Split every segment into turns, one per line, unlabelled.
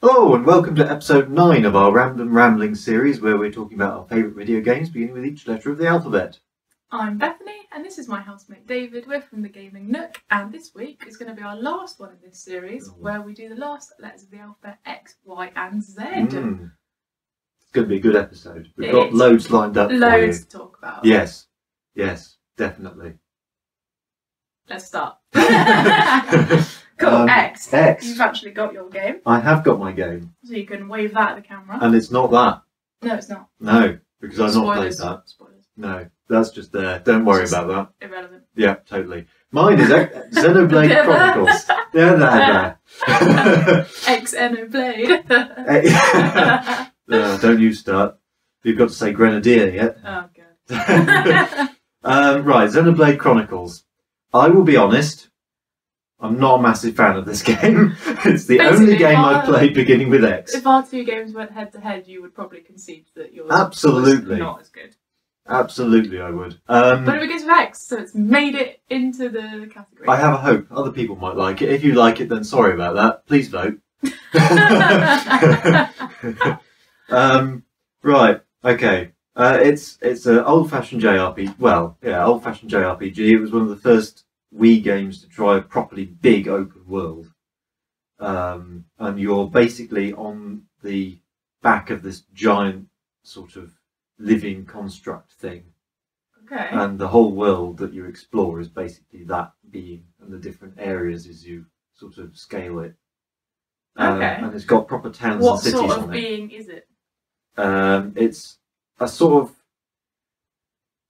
Hello and welcome to episode 9 of our Random Rambling series where we're talking about our favourite video games beginning with each letter of the alphabet.
I'm Bethany, and this is my housemate David. We're from the Gaming Nook, and this week is going to be our last one in this series
Oh.
where we do the last letters of the alphabet X, Y, and Z.
Mm. It's going to be a good episode. We've got
It's
loads lined up
Loads to talk about.
for you. Yes, yes, definitely.
Let's start. cool,
Um,
X.
X.
You've actually got your game,
I have got my game
so you can wave that at the camera.
and it's not that.
no, it's not.
No, because I've Uh, not played
Spoilers.
that.
Spoilers.
No, that's just there. Don't worry
Just-
about that.
Irrelevant.
Yeah, totally. Mine is X- Xenoblade Chronicles. They're there, there.
X, N, O, Blade.
Eh,
oh,
Uh, don't you start. You've got to say Grenadier yet.
Oh, God.
um, right, Xenoblade Chronicles. I will be honest. I'm not a massive fan of this game. it's the only
Basically,
game I've
I-
played beginning with X.
if our two games went head to head, you would probably concede that yours
Absolutely.
was not as good.
Absolutely, I would.
But it
Um,
begins with X, so it's made it into the category.
I have a hope. Other people might like it. If you like it, then sorry about that. Please vote. Um, right. Okay. Uh, it's it's an old-fashioned JRPG. Well, yeah, old-fashioned JRPG. It was one of the first Wii games to try a properly big open world, um, and you're basically on the back of this giant sort of living construct thing,
okay.
and the whole world that you explore is basically that being and the different areas as you sort of scale it. Um,
Okay.
And it's got proper towns
what
and cities
sort of
on it.
being is it?
Um, it's a sort of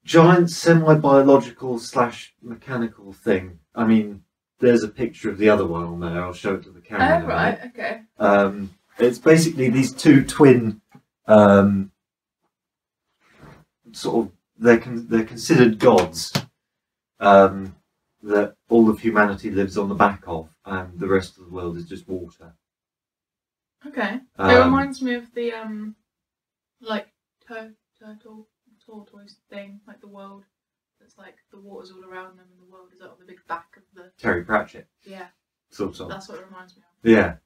giant semi-biological slash mechanical thing. I mean, there's a picture of the other one on there. I'll show it to the
Oh,
camera. in a minute.
right, okay.
Um, it's basically these two twin, um, sort of they're con- they're considered gods um, that all of humanity lives on the back of, and the rest of the world is just water.
Okay. it
Um,
reminds me of the, um, like, tur- turtle, tortoise thing, like the world. It's like the water's all around them and the world is out on the big back of the.
Terry Pratchett,
Yeah,
sort of.
that's what it reminds me of.
Yeah.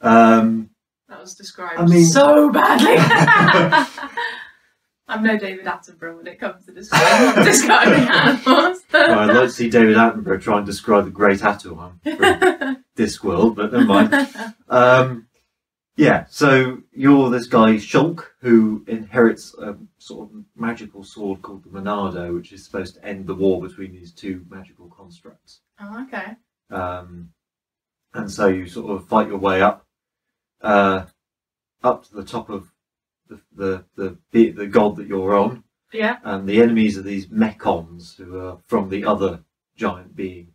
Um,
That was described
I mean-
so badly. I'm no David Attenborough when it comes to describing, describing animals.
Well, I'd like to see David Attenborough try and describe the Great Atuan from Discworld, but never mind. Um, yeah, so you're this guy Shulk who inherits a sort of magical sword called the Monado, which is supposed to end the war between these two magical constructs.
Oh, okay.
Um, and so you sort of fight your way up, uh, up to the top of the the the, the, the god that you're on,
Yeah.
and the enemies are these Mechons who are from the other giant being.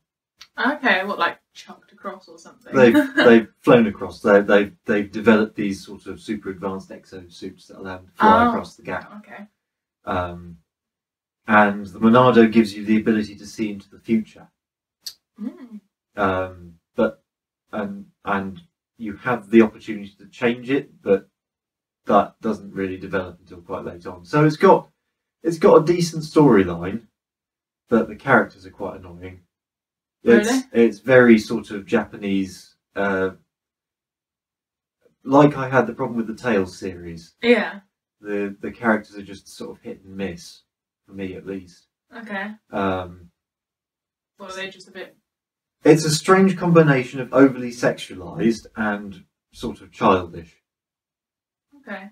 Okay. What, like chucked across or something?
they've they've flown across. They they've they've developed these sort of super advanced exosuits that allow them to fly
Oh.
across the gap.
okay.
Um, and the Monado gives you the ability to see into the future.
Mm.
Um, but and and you have the opportunity to change it, but that doesn't really develop until quite late on. So it's got it's got a decent storyline, but the characters are quite annoying. It's it's very sort of Japanese. Uh, like I had the problem with the Tales series,
Yeah.
the the characters are just sort of hit and miss for me at least.
Okay.
Um,
Well, are they just a bit?
it's a strange combination of overly sexualized and sort of childish.
Okay.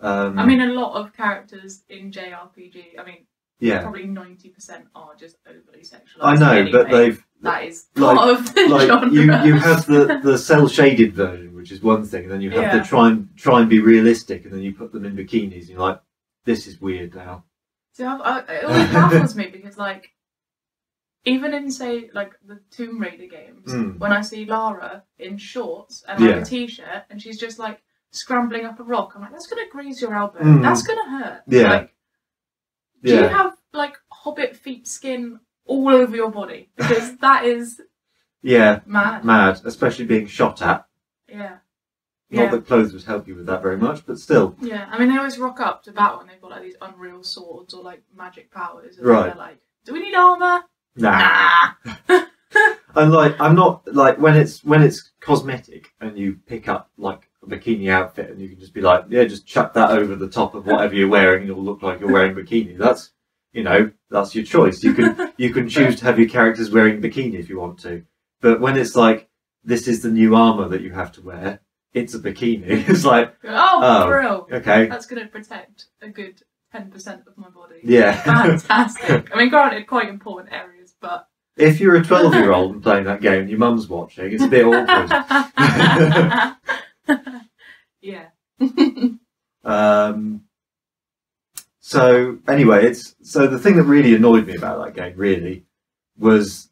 Um,
I mean, a lot of characters in JRPG. I mean,
yeah,
probably ninety percent are just overly sexualized.
I know, but
anyway.
they've
That is
like-
part of the
like
genre.
you, you have the, the cell shaded version, which is one thing, and then you have
Yeah.
to try and try and be realistic, and then you put them in bikinis, and you're like, this is weird now.
See, I've, I, it always baffles me because, like, even in say like the Tomb Raider games,
Mm.
when I see Lara in shorts and
Yeah.
like a t-shirt, and she's just like scrambling up a rock, I'm like, that's gonna graze your elbow.
Mm.
That's gonna hurt.
Yeah.
Like, do you
Yeah,
have like hobbit feet skin all over your body? Because that is
yeah,
mad.
mad, especially being shot at.
Yeah.
Not
Yeah.
that clothes would help you with that very much, but still,
Yeah. I mean, they always rock up to battle and they've got like these unreal swords or like magic powers, and
Right. Ah.
Ah. they're like, do we need armor?
nah.
Nah.
And like, I'm not like when it's when it's cosmetic and you pick up like a bikini outfit and you can just be like, yeah, just chuck that over the top of whatever you're wearing and it'll look like you're wearing bikini. That's you know that's your choice. You can you can choose to have your characters wearing bikini if you want to. But when it's like this is the new armor that you have to wear, it's a bikini. It's like
oh,
Oh.
thrill!
okay,
That's going to protect a good ten percent of my body.
yeah.
Fantastic. I mean, granted, quite important areas, but
if you're a 12 year old and playing that game, and your mum's watching. It's a bit awkward.
yeah.
Um, so anyway, it's so the thing that really annoyed me about that game really was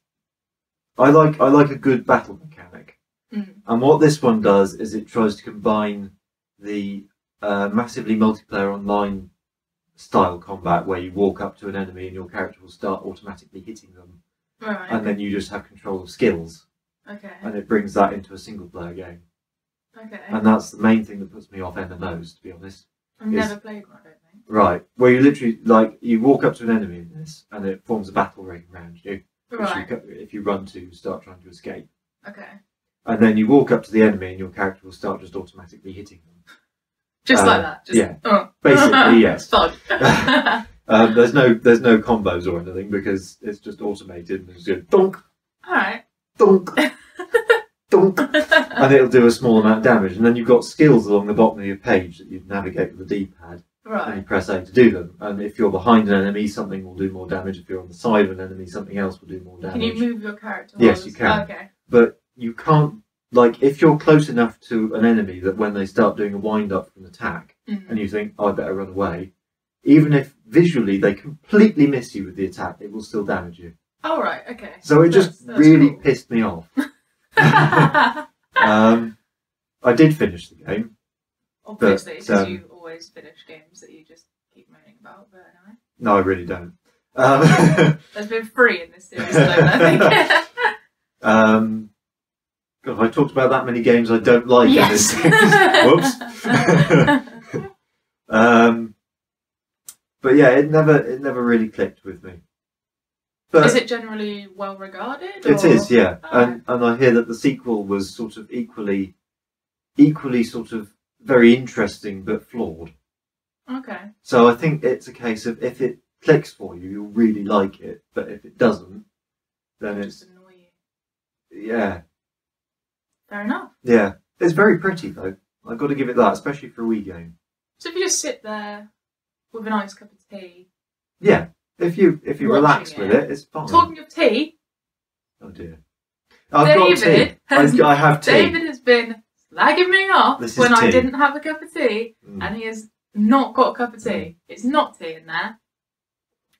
I like I like a good battle mechanic,
Mm.
and what this one does is it tries to combine the uh, massively multiplayer online style combat where you walk up to an enemy and your character will start automatically hitting them,
Right.
and then you just have control of skills,
Okay.
and it brings that into a single player game,
Okay.
and that's the main thing that puts me off MMOs to be honest.
I've never played one. I don't think.
Right, where you literally like you walk up to an enemy in this, and it forms a battle ring around you. which
Right.
you co- if you run to, start trying to escape,
Okay.
and then you walk up to the enemy, and your character will start just automatically hitting them.
Just
Um,
like that. Just,
yeah.
Oh.
Basically, yes.
Thud.
Um, there's no there's no combos or anything because it's just automated and it's just donk
All right.
donk donk, and it'll do a small amount of damage. And then you've got skills along the bottom of your page that you navigate with the D-pad. and you
right.
press A to do them. And if you're behind an enemy, something will do more damage. If you're on the side of an enemy, something else will do more damage.
Can you move your character?
Yes,
while
you
it's-
can.
Okay.
But you can't, like, if you're close enough to an enemy that when they start doing a wind up from an attack
Mm.
and you think, oh, I better run away, even if visually they completely miss you with the attack, it will still damage you.
All right. Okay.
So it just
That's- that's
really
cool.
pissed me off.
Obviously,
um, I did finish the game.
because
um,
you always finish games that you just keep moaning about, but anyway.
No, I really don't. Um,
There's been three in this series alone, I think.
Um, God, I talked about that many games I don't like in Oh, this
yes.
series. Whoops. um, but yeah, it never it never really clicked with me. But
Is it generally well regarded?
it
or-
is, yeah,
Ah.
and and I hear that the sequel was sort of equally, equally sort of very interesting but flawed.
Okay.
So I think it's a case of if it clicks for you, you'll really like it. But if it doesn't, then
Just
it's
annoy you.
yeah,
Fair enough.
yeah. It's very pretty though. I've got to give it that, especially for a Wii game.
So if you just sit there with a nice cup of tea,
Yeah, if you if you
Watching
relax
it.
with it, it's fine.
talking of tea,
Oh dear, I've
David
got
has-
tea. I, I have tea.
David has been slagging me off
This is
when I
tea.
didn't have a cup of tea,
Mm.
and he has not got a cup of tea.
Mm.
It's not tea in there.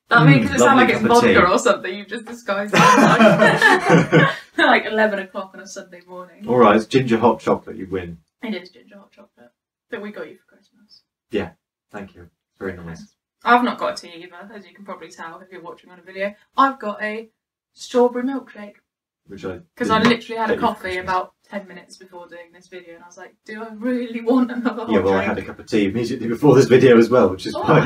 That
Mm,
makes it sound
lovely
like it's
cup of tea.
vodka or something. You've just disguised it. like eleven o'clock on a Sunday morning.
All right, it's ginger hot chocolate. You win.
It is ginger hot chocolate that we got you for Christmas.
Thank you. Very nice.
I've not got a tea either, as you can probably tell if you're watching on a video. I've got a strawberry milkshake
Which I
because I
didn't-
literally had
Mm. Get
a
you for
coffee
Christmas.
about ten minutes before doing this video, and I was like, "Do I really want another hot
Yeah, well, I
drink?"
had a cup of tea immediately before this video as well, which is
All
why,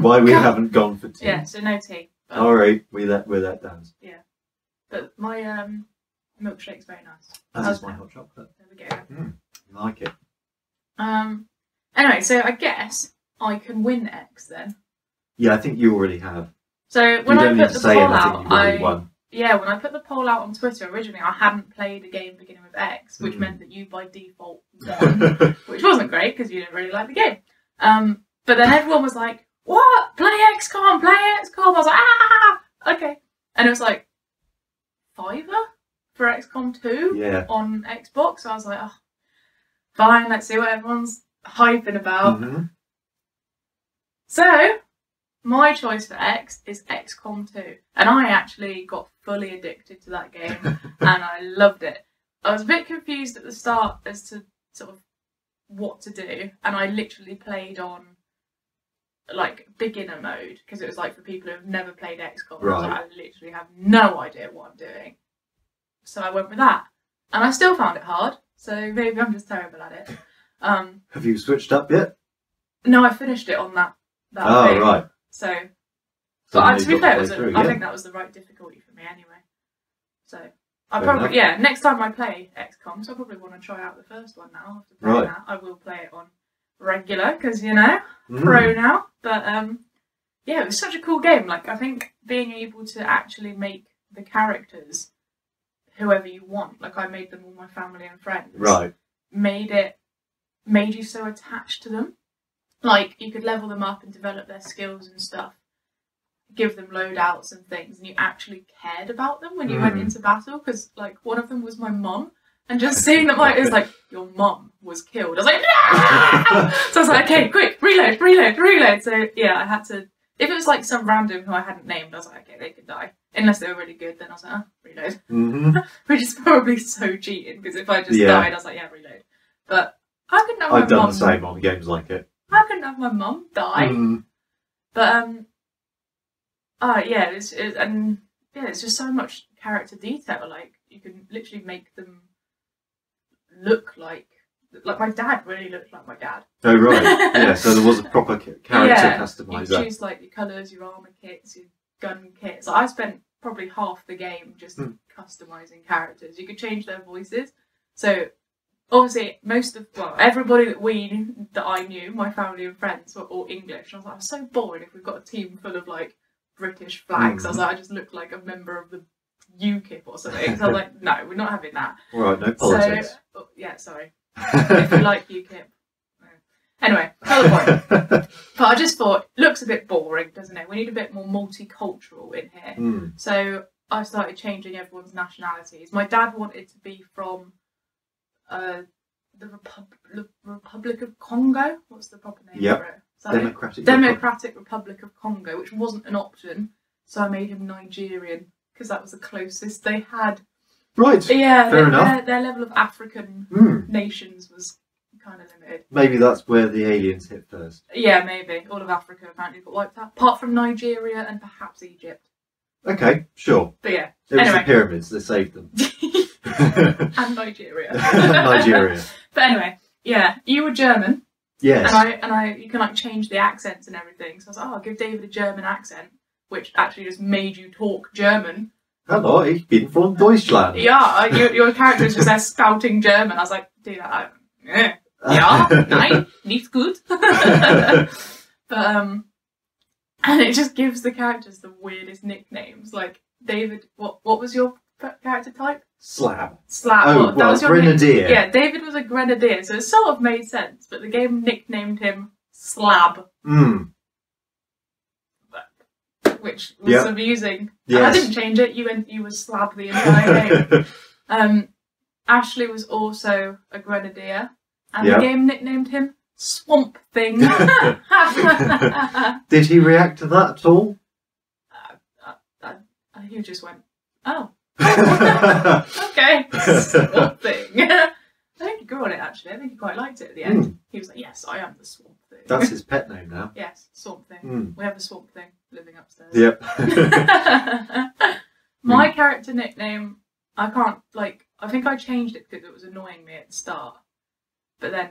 why we
Go.
haven't gone for tea.
Yeah, so no tea. But,
All right, we let we let down.
but my um, milkshake's very nice.
As is
Okay.
my hot chocolate.
There we go.
You like it?
Um, anyway, so I guess I can win X then.
Yeah, I think you already have.
So when
you
I
don't need
put
to
the
say
poll
anything.
out,
You've already
I
won.
Yeah, when I put the poll out on Twitter originally, I hadn't played a game beginning with X, which
Mm.
meant that you by default won, which wasn't great because you didn't really like the game. Um, but then everyone was like, "What? Play XCOM? Play XCOM?" I was like, "Ah, okay." And it was like fiver for XCOM two
yeah.
on Xbox. So I was like, oh, "Fine, let's see what everyone's hyping about."
Mhm.
So, my choice for X is XCOM 2. And I actually got fully addicted to that game and I loved it. I was a bit confused at the start as to sort of what to do, and I literally played on like beginner mode because it was like for people who've never played XCOM. I, was
Right.
like, I literally have no idea what I'm doing. So I went with that. And I still found it hard, so maybe I'm just terrible at it. Um,
Have you switched up yet?
no, I finished it on that. that
oh
thing.
right.
So
So
but
now
I, to
you've
be
got
fair, it
way
was a,
through,
I
yeah.
think that was the right difficulty for me anyway. So I
Fair
probably yeah. Next time I play XComs, I probably want to try out the first one now. After playing
Right.
that, I will play it on regular because you know
Mm.
pro now. But um, yeah, it was such a cool game. Like I think being able to actually make the characters whoever you want. Like I made them all my family and friends.
Right.
Made it made you so attached to them. Like you could level them up and develop their skills and stuff. Give them loadouts and things, and you actually cared about them when you went
Mm.
into battle. Because like one of them was my mom, and just seeing that like it was like your mom was killed. I was like, "No!" so I was like, okay, quick, reload, reload, reload. So yeah, I had to. If it was like some random who I hadn't named, I was like, okay, they could die. Unless they were really good, then I was like, oh, reload.
hmm
Which is probably so cheating because if I just
Yeah.
died, I was like, yeah, reload. But I couldn't have my
I've done
mum.
the same on games like it.
I couldn't have my mum die.
Mm.
But um, oh yeah, it's it, and yeah, it's just so much character detail. Like you can literally make them look like like my dad really looked like my dad.
Oh right. yeah. So there was a proper ca- character
Yeah, You
customizer.
choose like your colours, your armour kits, your gun kits. I spent probably half the game just
Hmm.
customising characters. You could change their voices. So obviously most of well, everybody that we that I knew, my family and friends were all English. And I was like, I'm so bored if we've got a team full of like British flags. I
Hmm.
was like, I just look like a member of the UKIP or something. So I was like, no, we're not having that.
All right. No politics.
So oh, yeah, sorry. if you like UKIP. no. Anyway, colour point. But I just thought, looks a bit boring, doesn't it? We need a bit more multicultural in here.
Mm.
So I started changing everyone's nationalities. My dad wanted to be from uh, the Repub- Le- Republic of Congo. What's the proper name
Yep.
for it? Is that it?
Democratic.
Democratic Republic of Congo, which wasn't an option. So I made him Nigerian because that was the closest they had.
Right. Fair
Yeah, their,
enough.
Their, their level of African
Mm.
nations was kind of limited.
Maybe that's where the aliens hit first.
Yeah, maybe. All of Africa apparently got wiped out, apart from Nigeria and perhaps Egypt.
Okay. Sure.
But yeah,
It was
Anyway.
the pyramids that saved them.
and Nigeria.
Nigeria.
But anyway, yeah, you were German,
Yes.
and I and I you can like change the accents and everything. So I was like, oh, I'll give David a German accent, which actually just made you talk German.
Hello, ich bin from Deutschland.
Yeah, your your character was just there spouting German. I eh." was like, do that. Yeah, yeah, nein, nicht gut. But um, and it just gives the characters the weirdest nicknames. Like David, what what was your p- character type?
Slab.
Slap.
Oh,
what-
well,
was your
Grenadier.
nick- Yeah, David was a grenadier, so it sort of made sense. But the game nicknamed him Slab,
Mm.
which was
Yeah.
amusing. And I
Yes.
didn't change it. You went. You were Slab the entire game. Um, Ashley was also a grenadier, and
Yeah.
the game nicknamed him Swamp Thing.
Did he react to that at all?
And he just went, oh, okay, swamp thing. I think he grew on it actually. I think he quite liked it at the end. He was like, yes, I am the swamp thing.
Hmm. That's his pet name now.
yes, swamp thing.
Mm.
We have a swamp thing living upstairs.
Yep.
My
Hmm.
character nickname, I can't, like, I think I changed it because it was annoying me at the start. But then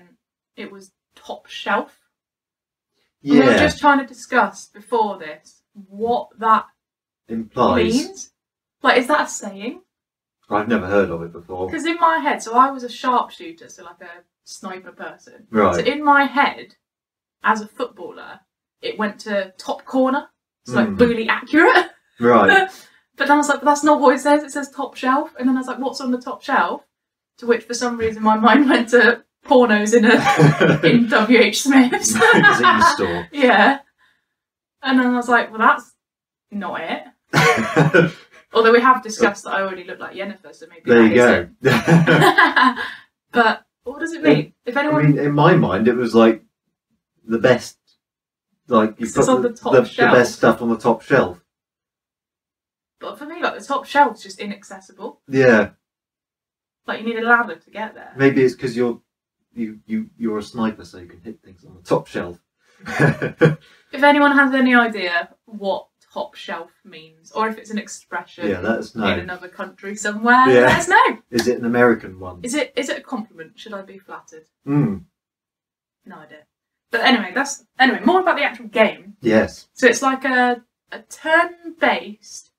it was top shelf. And We were
yeah.
just trying to discuss before this what that
Implies.
means. Like, is that a saying?
I've never heard of it before.
Because in my head, so I was a sharpshooter, so like a sniper person. So
Right.
in my head, as a footballer, it went to top corner, so like
Mm.
really accurate.
Right.
But then I was like, but that's not what it says. It says top shelf. And then I was like, what's on the top shelf? To which, for some reason, my mind went to pornos in a in W. H. Smith's.
Magazine store.
yeah. And then I was like, well, that's not it. Although we have discussed that I already look like Yennefer, so maybe
there
that
you
is
go. I
it. but what does it mean? If anyone
mean, in my mind, it was like the best. Like you
It's
put
on
the,
the top
the,
shelf.
best stuff on the top shelf.
But for me, like the top shelf's just inaccessible.
Yeah.
Like you need a ladder to get there.
Maybe it's because you're you you you're a sniper, so you can hit things on the top shelf.
If anyone has any idea what top shelf means, or if it's an expression
yeah, let us
in
know.
another country somewhere,
Yeah.
let us know.
Is it an American one?
Is it is it a compliment? Should I be flattered?
Mm,
No idea. But anyway, that's anyway more about the actual game.
yes.
So it's like a a turn based.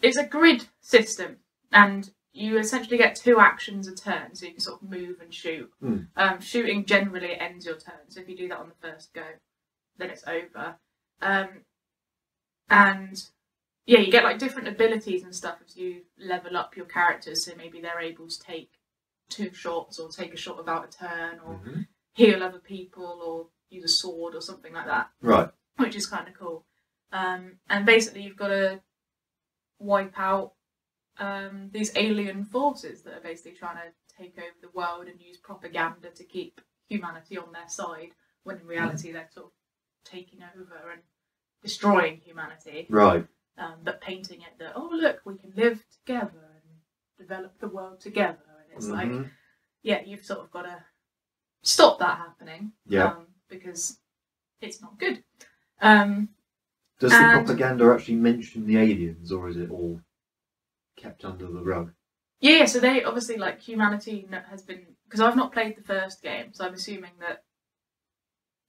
It's a grid system, and you essentially get two actions a turn, so you can sort of move and shoot.
Hmm.
Um, shooting generally ends your turn, so if you do that on the first go, then it's over. Um, and yeah, you get like different abilities and stuff as you level up your characters. So maybe they're able to take two shots or take a shot without a turn or
Mhm.
heal other people or use a sword or something like that,
Right.
which is kind of cool. Um, and basically, you've got to wipe out um, these alien forces that are basically trying to take over the world and use propaganda to keep humanity on their side, when in reality, they're sort of taking over and destroying humanity
Right.
um, but painting it that oh look we can live together and develop the world together and it's like
Mhm.
yeah you've sort of got to stop that happening
Yeah.
um, because it's not good um,
Does the
and-
propaganda actually mention the aliens, or is it all kept under the rug?
yeah yeah, so they obviously like humanity n- has been because i've not played the first game so i'm assuming that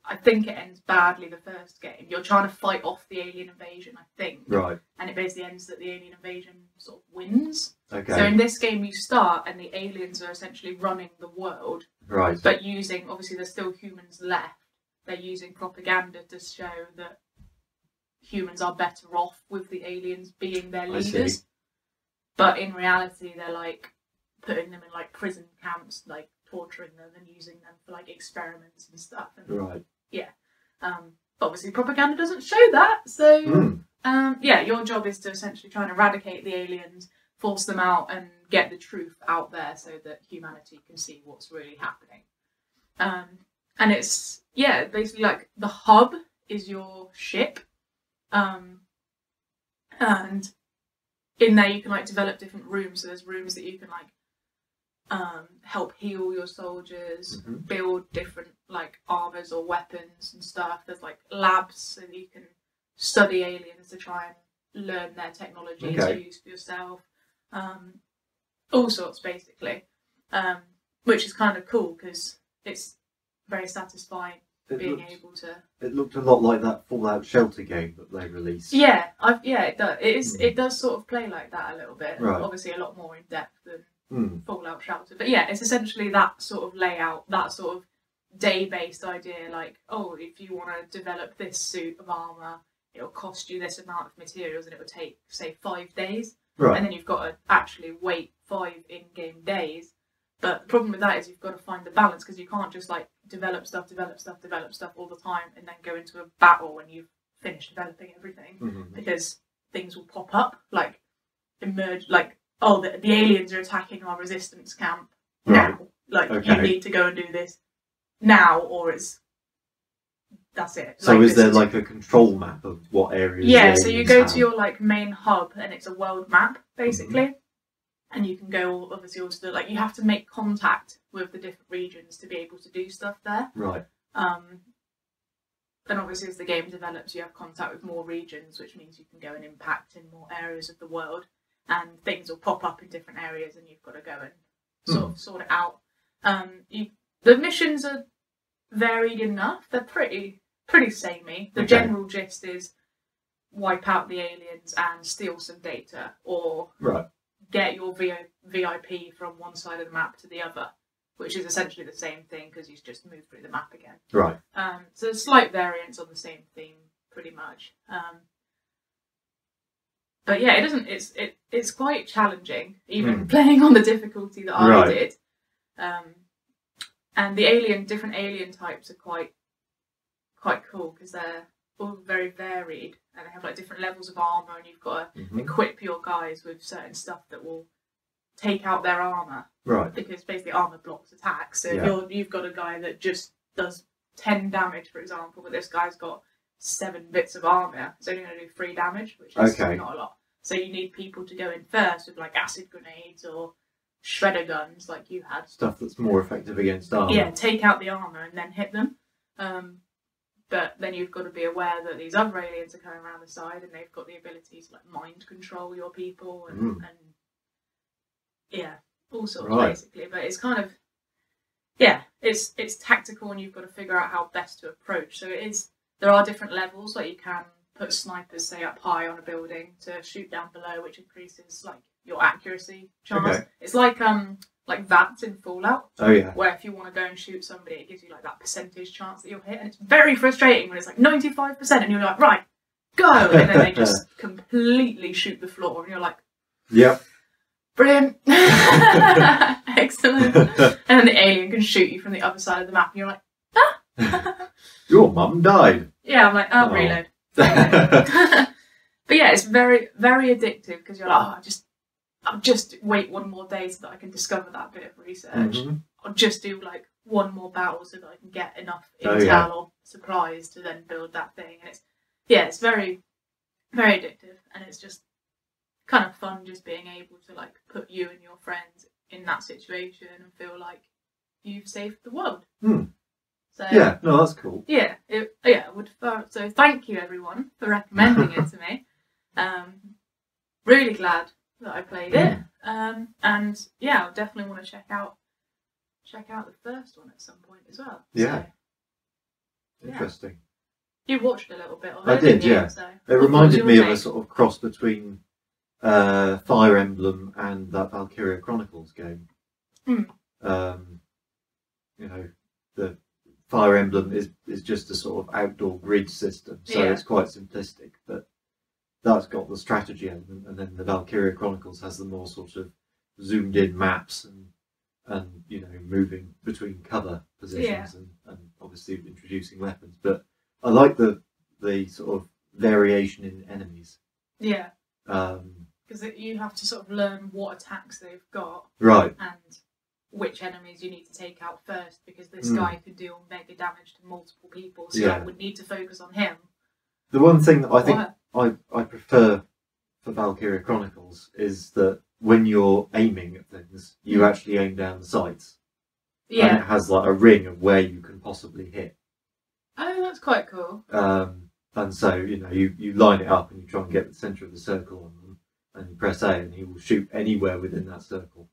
i think it ends badly the first game you're trying to fight off the alien invasion i think
Right.
and it basically ends that the alien invasion sort of wins
Okay.
so in this game you start and the aliens are essentially running the world
right.
but using obviously there's still humans left. They're using propaganda to show that humans are better off with the aliens being their
I see.
leaders. But in reality, they're like putting them in like prison camps, like torturing them and using them for like experiments and stuff. And
Right.
um, but obviously, propaganda doesn't show that. So
Mm.
um, yeah, your job is to essentially try and eradicate the aliens, force them out, and get the truth out there so that humanity can see what's really happening. Um, and it's yeah, basically like the hub is your ship, um, and in there you can like develop different rooms. So there's rooms that you can like um, help heal your soldiers,
Mhm.
build different like armors or weapons and stuff. There's like labs so that you can study aliens to try and learn their technology to
Okay.
use for yourself. Um, all sorts basically, um, which is kind of cool because it's very satisfying
It,
being
looked,
able to.
it looked a lot like that Fallout Shelter game that they released.
Yeah, I've, yeah, it does. It is.
Mm.
It does sort of play like that a little bit.
Right.
Obviously, a lot more in depth than
Mm.
Fallout Shelter. But yeah, it's essentially that sort of layout, that sort of day based idea like, oh, if you want to develop this suit of armour, it'll cost you this amount of materials and it will take, say, five days.
Right.
And then you've got to actually wait five in game days. But the problem with that is you've got to find the balance because you can't just like develop stuff, develop stuff, develop stuff all the time and then go into a battle when you've finished developing everything
Mhm.
because things will pop up like emerge like oh the, the aliens are attacking our resistance camp now like you
Okay.
need to go and do this now or it's that's it
So is
this
there like a control map of what areas? the
yeah so you
aliens
go
have?
to your like main hub and it's a world map basically
Mm-hmm.
and you can go all obviously all to the like you have to make contact with the different regions to be able to do stuff there
right.
um, and obviously, as the game develops, you have contact with more regions, which means you can go and impact in more areas of the world, and things will pop up in different areas, and you've got to go and sort of sort it out. Um, you, the missions are varied enough; they're pretty pretty samey. The
Okay.
general gist is wipe out the aliens and steal some data, or
Right.
get your VO- VIP from one side of the map to the other, which is essentially the same thing because you've just moved through the map again.
Right.
Um, so there's slight variants on the same theme, pretty much. Um, but yeah, it doesn't. It's it it's quite challenging, even
Mm.
playing on the difficulty that I
Right.
did. Um, and the alien, different alien types are quite quite cool because they're all very varied and they have like different levels of armor, and you've got to
Mhm.
equip your guys with certain stuff that will take out their armor
Right.
because basically armor blocks attacks. So if
Yeah.
you're, you've got a guy that just does 10 damage, for example, but this guy's got seven bits of armor, it's only going to do three damage, which is
Okay.
not a lot. So you need people to go in first with like acid grenades or shredder guns, like you had.
Stuff that's more effective against armor.
Yeah, take out the armor and then hit them. Um, but then you've got to be aware that these other aliens are coming around the side and they've got the ability to like mind control your people and,
Mm.
and yeah, all sorts
Right.
basically. But it's kind of yeah, it's it's tactical and you've got to figure out how best to approach. So it is there are different levels like you can put snipers say up high on a building to shoot down below, which increases like your accuracy chance.
Okay.
It's like um like VATs in Fallout,
Oh yeah.
where if you want to go and shoot somebody, it gives you like that percentage chance that you'll hit, and it's very frustrating when it's like ninety five percent, and you're like, right, go, and then they just completely shoot the floor, and you're like,
Yep.
brilliant, excellent, and then the alien can shoot you from the other side of the map, and you're like,
Your mum died.
yeah, I'm like, oh,
Oh.
reload. but yeah, it's very very addictive because you're like, oh, I just I'll just wait one more day so that I can discover that bit of research.
Mhm.
I'll just do like one more battle so that I can get enough
Oh,
intel
yeah.
or supplies to then build that thing. And it's yeah, it's very very addictive and it's just kind of fun just being able to like put you and your friends in that situation and feel like you've saved the world.
Hmm.
So
Yeah. No, that's cool.
yeah, it, yeah, I would. uh, So thank you everyone for recommending it to me. Um, really glad that I played it.
Hmm.
Um, and yeah, I'll definitely want to check out check out the first one at some point as well.
Yeah.
So, Yeah.
Interesting.
you watched a little bit of it.
I did,
didn't you?
yeah.
So
It reminded
your
me of a
take?
sort of cross between uh, Fire Emblem and that Valkyria Chronicles game.
Hmm.
Um, you know, the Fire Emblem is, is just a sort of outdoor grid system, so
Yeah.
it's quite simplistic, but that's got the strategy element, and then the Valkyria Chronicles has the more sort of zoomed in maps and and you know moving between cover positions and, and obviously introducing weapons. But I like the the sort of variation in enemies.
yeah,
Um,
because you have to sort of learn what attacks they've got
right.
and which enemies you need to take out first because this
Mm.
guy could deal mega damage to multiple people, so
Yeah.
I would need to focus on him.
The one thing that I think
What?
I, I prefer for Valkyria Chronicles is that when you're aiming at things, you
Mm.
actually aim down the sights. And
Yeah.
it has like a ring of where you can possibly hit.
Oh, that's quite cool.
Um, and so, you know, you, you line it up and you try and get the centre of the circle on them and you press A and he will shoot anywhere within that circle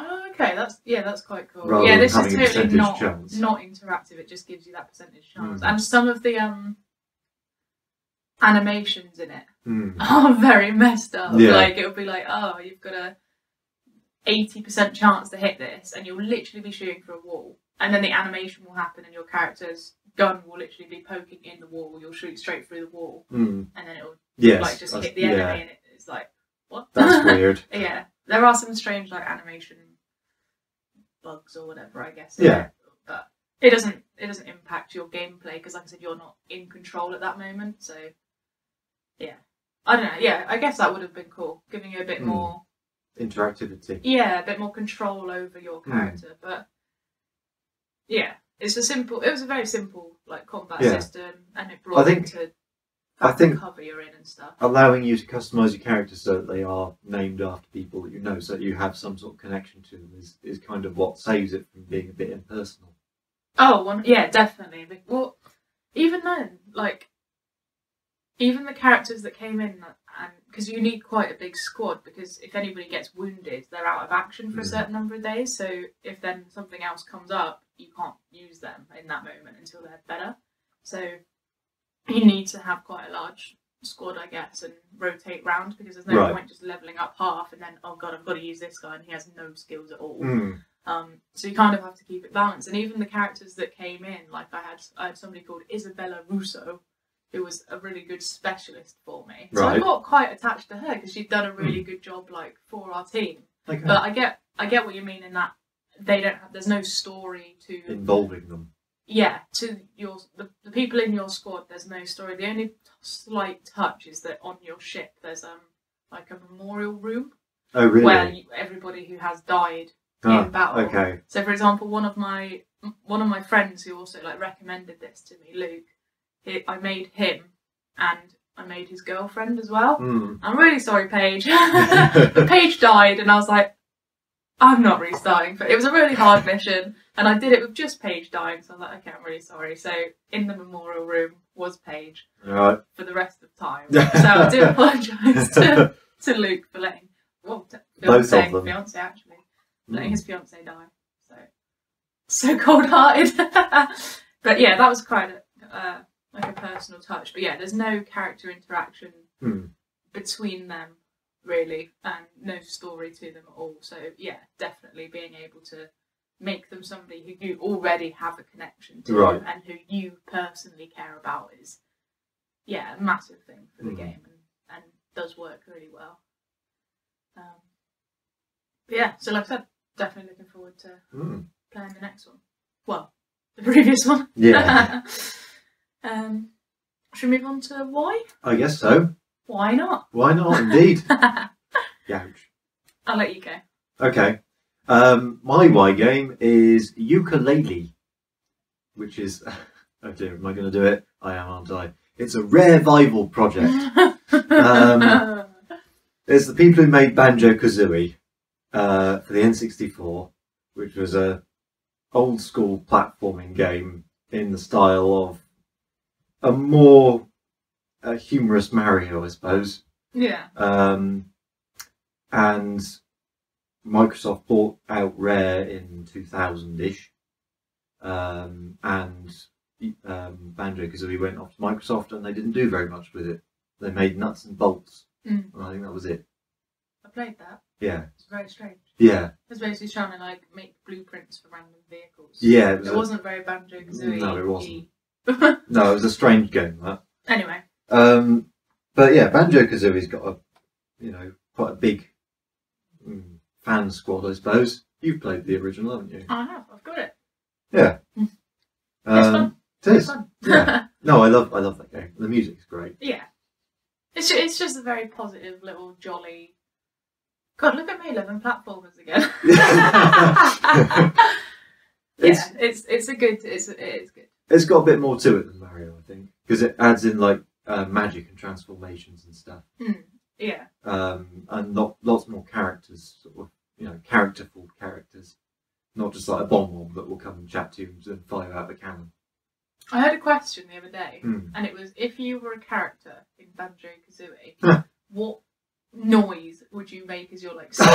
Oh, okay, that's yeah, that's quite cool.
rather
Oh, yeah,
than
this
having
is
a
totally
percentage
not
chance.
not interactive. It just gives you that percentage chance.
Mm.
And some of the um animations in it
Mm.
are very messed up.
Yeah.
Like it'll be like, oh, you've got a eighty percent chance to hit this, and you'll literally be shooting for a wall, and then the animation will happen, and your character's gun will literally be poking in the wall. You'll shoot straight through the wall,
Mm.
and then it'll
Yes.
like just
that's-
hit the
yeah,
enemy, and it, it's like what?
That's weird.
yeah, there are some strange like animation bugs or whatever, I guess.
Yeah.
but it doesn't it doesn't impact your gameplay because, like I said, you're not in control at that moment. So, yeah, I don't know. Yeah, I guess that would have been cool, giving you a bit
Hmm.
more,
Interactivity.
yeah, a bit more control over your
Hmm.
character. But yeah, it's a simple. It was a very simple like combat
Yeah.
system, and it brought
think-
you to
I think-
cover you're in and stuff.
allowing you to customize your characters so that they are named after people that you know, so that you have some sort of connection to them, is, is kind of what saves it from being a bit impersonal.
Oh, one, yeah, definitely. Be- Well, even then, like, even the characters that came in, and because you need quite a big squad, because if anybody gets wounded, they're out of action for a
Mm.
certain number of days. So if then something else comes up, you can't use them in that moment until they're better. So you need to have quite a large squad, I guess, and rotate round because there's no
Right.
point just leveling up half and then oh god, I've got to use this guy and he has no skills at all.
Mm.
Um, so you kind of have to keep it balanced. And even the characters that came in, like I had, I had somebody called Isabella Russo, who was a really good specialist for me. So I
Right. Hmm.
got quite attached to her because she'd done a really good job, like for our team.
Okay.
But I get, I get what you mean in that they don't have. There's no story to,
Involving them.
yeah, to your the, the people in your squad. There's no story. The only t- slight touch is that on your ship there's um like a memorial room
Oh, really?
where you, everybody who has died
Ah,
in battle.
okay.
So, for example, one of my m- one of my friends who also like recommended this to me, Luke, he, I made him and I made his girlfriend as well.
Mm.
I'm really sorry, Paige. but Paige died, and I was like, I'm not restarting. But it was a really hard mission, and I did it with just Paige dying. So I was like, okay, I'm really sorry. So in the memorial room was Paige
All right.
for the rest of time. So I do apologise to, to Luke for letting well, to
Both of
fiance,
them.
fiance actually letting
Mm.
his fiance die. So so cold hearted. but yeah, that was quite a, uh, like a personal touch. But yeah, there's no character interaction
Hmm.
between them really, and no story to them at all. So yeah, definitely being able to make them somebody who you already have a connection to
Right.
and who you personally care about is yeah, a massive thing for the
Mhm.
game and, and does work really well. Um, but yeah, so like I said, definitely looking forward to
Hmm.
playing the next one. Well, the previous one.
Yeah,
um, should we move on to why?
I guess so.
Why not?
Why not? Indeed.
I'll
Youch.
let you go.
Okay. Um, my Y game is ukulele, which is. Oh dear, am I going to do it? I am, aren't I? It's a rare Vival project. Um, it's the people who made Banjo Kazooie uh, for the N64, which was a old school platforming game in the style of a more uh, humorous Mario, I suppose
yeah.
um, and Microsoft bought out Rare in 2000-ish, um, and um, Banjo Kazooie went off to Microsoft, and they didn't do very much with it. They made nuts and bolts,
Mm.
and I think that was it.
I played that.
Yeah,
It's very strange.
yeah,
It was basically trying to like make blueprints for random vehicles.
yeah. It was
It
a,
wasn't very banjo kazooie.
No, it wasn't. no, it was a strange game that.
anyway,
Um, but yeah, Banjo Kazooie's got a, you know, quite a big mm, fan squad, I suppose. You've played the original, haven't you?
I have. I've got it.
Yeah.
Mm. It's
Um, it
It's
is.
fun.
yeah. No, I love I love that game. The music's great.
Yeah. It's just, it's just a very positive little jolly. God, look at me loving platformers again. yeah,
It's-
it's it's, a good it's it's good.
It's got a bit more to it than Mario, I think, because it adds in like uh, magic and transformations and stuff,
Hmm. Yeah,
um, and lot, lots more characters, sort of, you know, characterful characters, not just like a bomb bomb that will come and chat to you and fire out the cannon.
I had a question the other day,
Mm.
and it was if you were a character in Banjo Kazooie, what noise would you make as your like speech?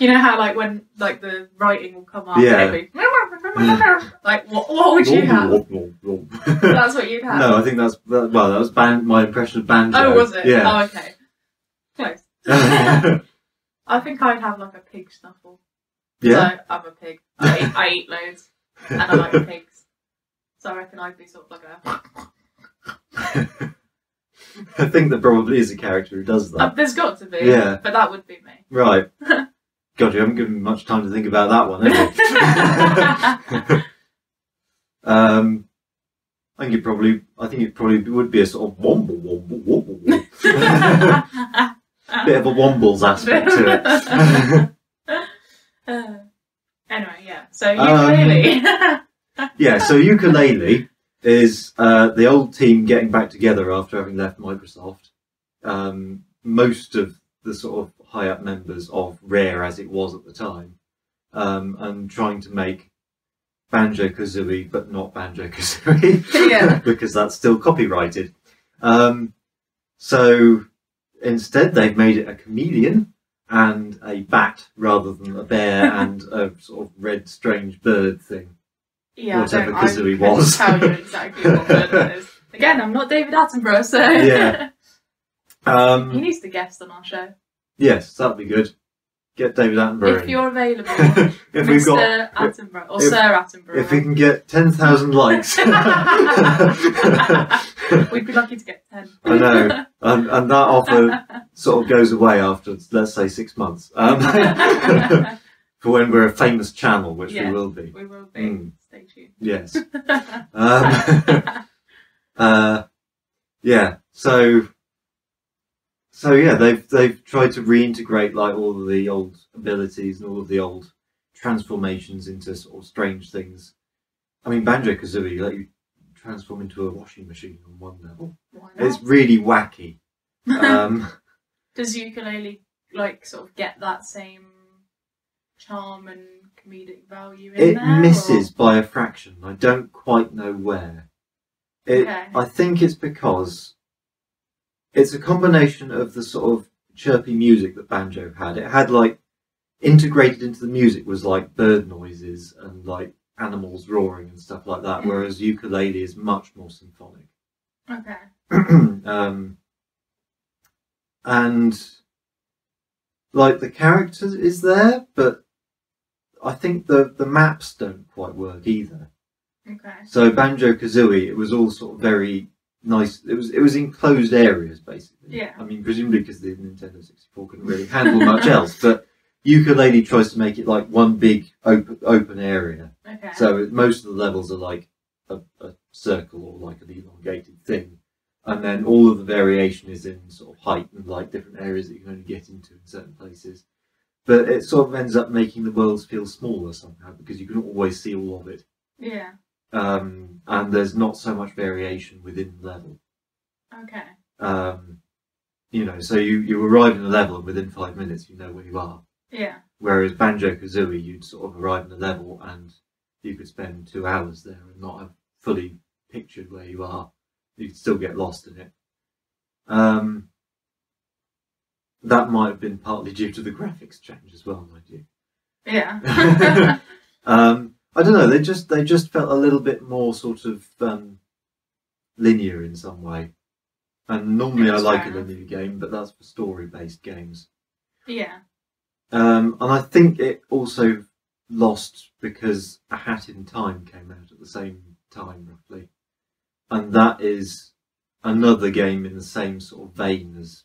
you know how like when like the writing will come up, and
Yeah.
it'll be, like what what would you have? That's what you'd have.
no, I think that's that, well, that was ban- my impression of banjo.
Oh, was it?
Yeah.
Oh, okay. Close. I think I'd have like a pig snuffle.
yeah.
So I'm a pig. I eat, I eat loads, and I like pigs. So I reckon I'd be sort of like a.
I think there probably is a character who does that.
Uh, there's got to be.
Yeah.
But that would be me.
Right. God, you haven't given me much time to think about that one, have you? um, I think it probably, I think it probably would be a sort of womble, womble, womble, womble. bit of a wombles aspect to
Uh, anyway, yeah. So you
Um,
clearly.
it. yeah. So ukulele is uh, the old team getting back together after having left Microsoft. Um, most of the sort of high up members of Rare, as it was at the time, um, and trying to make Banjo Kazooie, but not Banjo Kazooie.
Yeah.
because that's still copyrighted. Um, so instead, they've made it a chameleon and a bat rather than a bear and a sort of red strange bird thing.
yeah,
whatever
I don't- I
Kazooie
couldn't
was.
tell you exactly what word it is. Again, I'm not David Attenborough, so.
Yeah.
he
Um,
needs to guest on our show.
yes, that'd be good. Get David Attenborough.
If
in.
you're available,
if we've got,
Mr. Attenborough or
if-
Sir Attenborough.
if we can get ten thousand likes, and,
We'd be lucky to get ten.
I know. and that offer sort of goes away after, let's say, six months. Um, for when we're a famous channel, which
Yeah.
we will be.
we will be.
Mm.
Stay tuned.
Yes. um, uh, yeah. So. So yeah, they've they've tried to reintegrate like all of the old abilities and all of the old transformations into sort of strange things. I mean, Banjo Kazooie let you transform into a washing machine on one level.
Why not?
It's really wacky. Um,
Does ukulele like sort of get that same charm and comedic value in
it
there? or-
misses by a fraction. I don't quite know where. It,
Okay.
I think it's because it's a combination of the sort of chirpy music that banjo had. It had like integrated into the music was like bird noises and like animals roaring and stuff like that.
Mm.
Whereas ukulele is much more symphonic.
Okay.
um, and like the character is there, but I think the the maps don't quite work either.
Okay.
So Banjo Kazooie, it was all sort of very nice. It was it was enclosed areas basically.
Yeah.
I mean, presumably because the Nintendo sixty four couldn't really handle much else, but ukulele tries to make it like one big open open area.
Okay.
So it- most of the levels are like a, a circle or like an elongated thing, and then all of the variation is in sort of height and like different areas that you can only get into in certain places. But it sort of ends up making the worlds feel smaller somehow because you can always see all of it,
yeah.
um, and there's not so much variation within the level.
Okay.
Um, you know, so you, you arrive in a level and within five minutes you know where you are.
Yeah.
Whereas Banjo Kazooie, you'd sort of arrive in a level and you could spend two hours there and not have fully pictured where you are. You'd still get lost in it. Um, that might have been partly due to the graphics change as well, mind you.
Yeah.
Um, I don't know. They just they just felt a little bit more sort of um, linear in some way. And normally I
That's
like a
fair enough.
linear game, but that's for story based games.
yeah.
Um, and I think it also lost because A Hat in Time came out at the same time, roughly. And that is another game in the same sort of vein as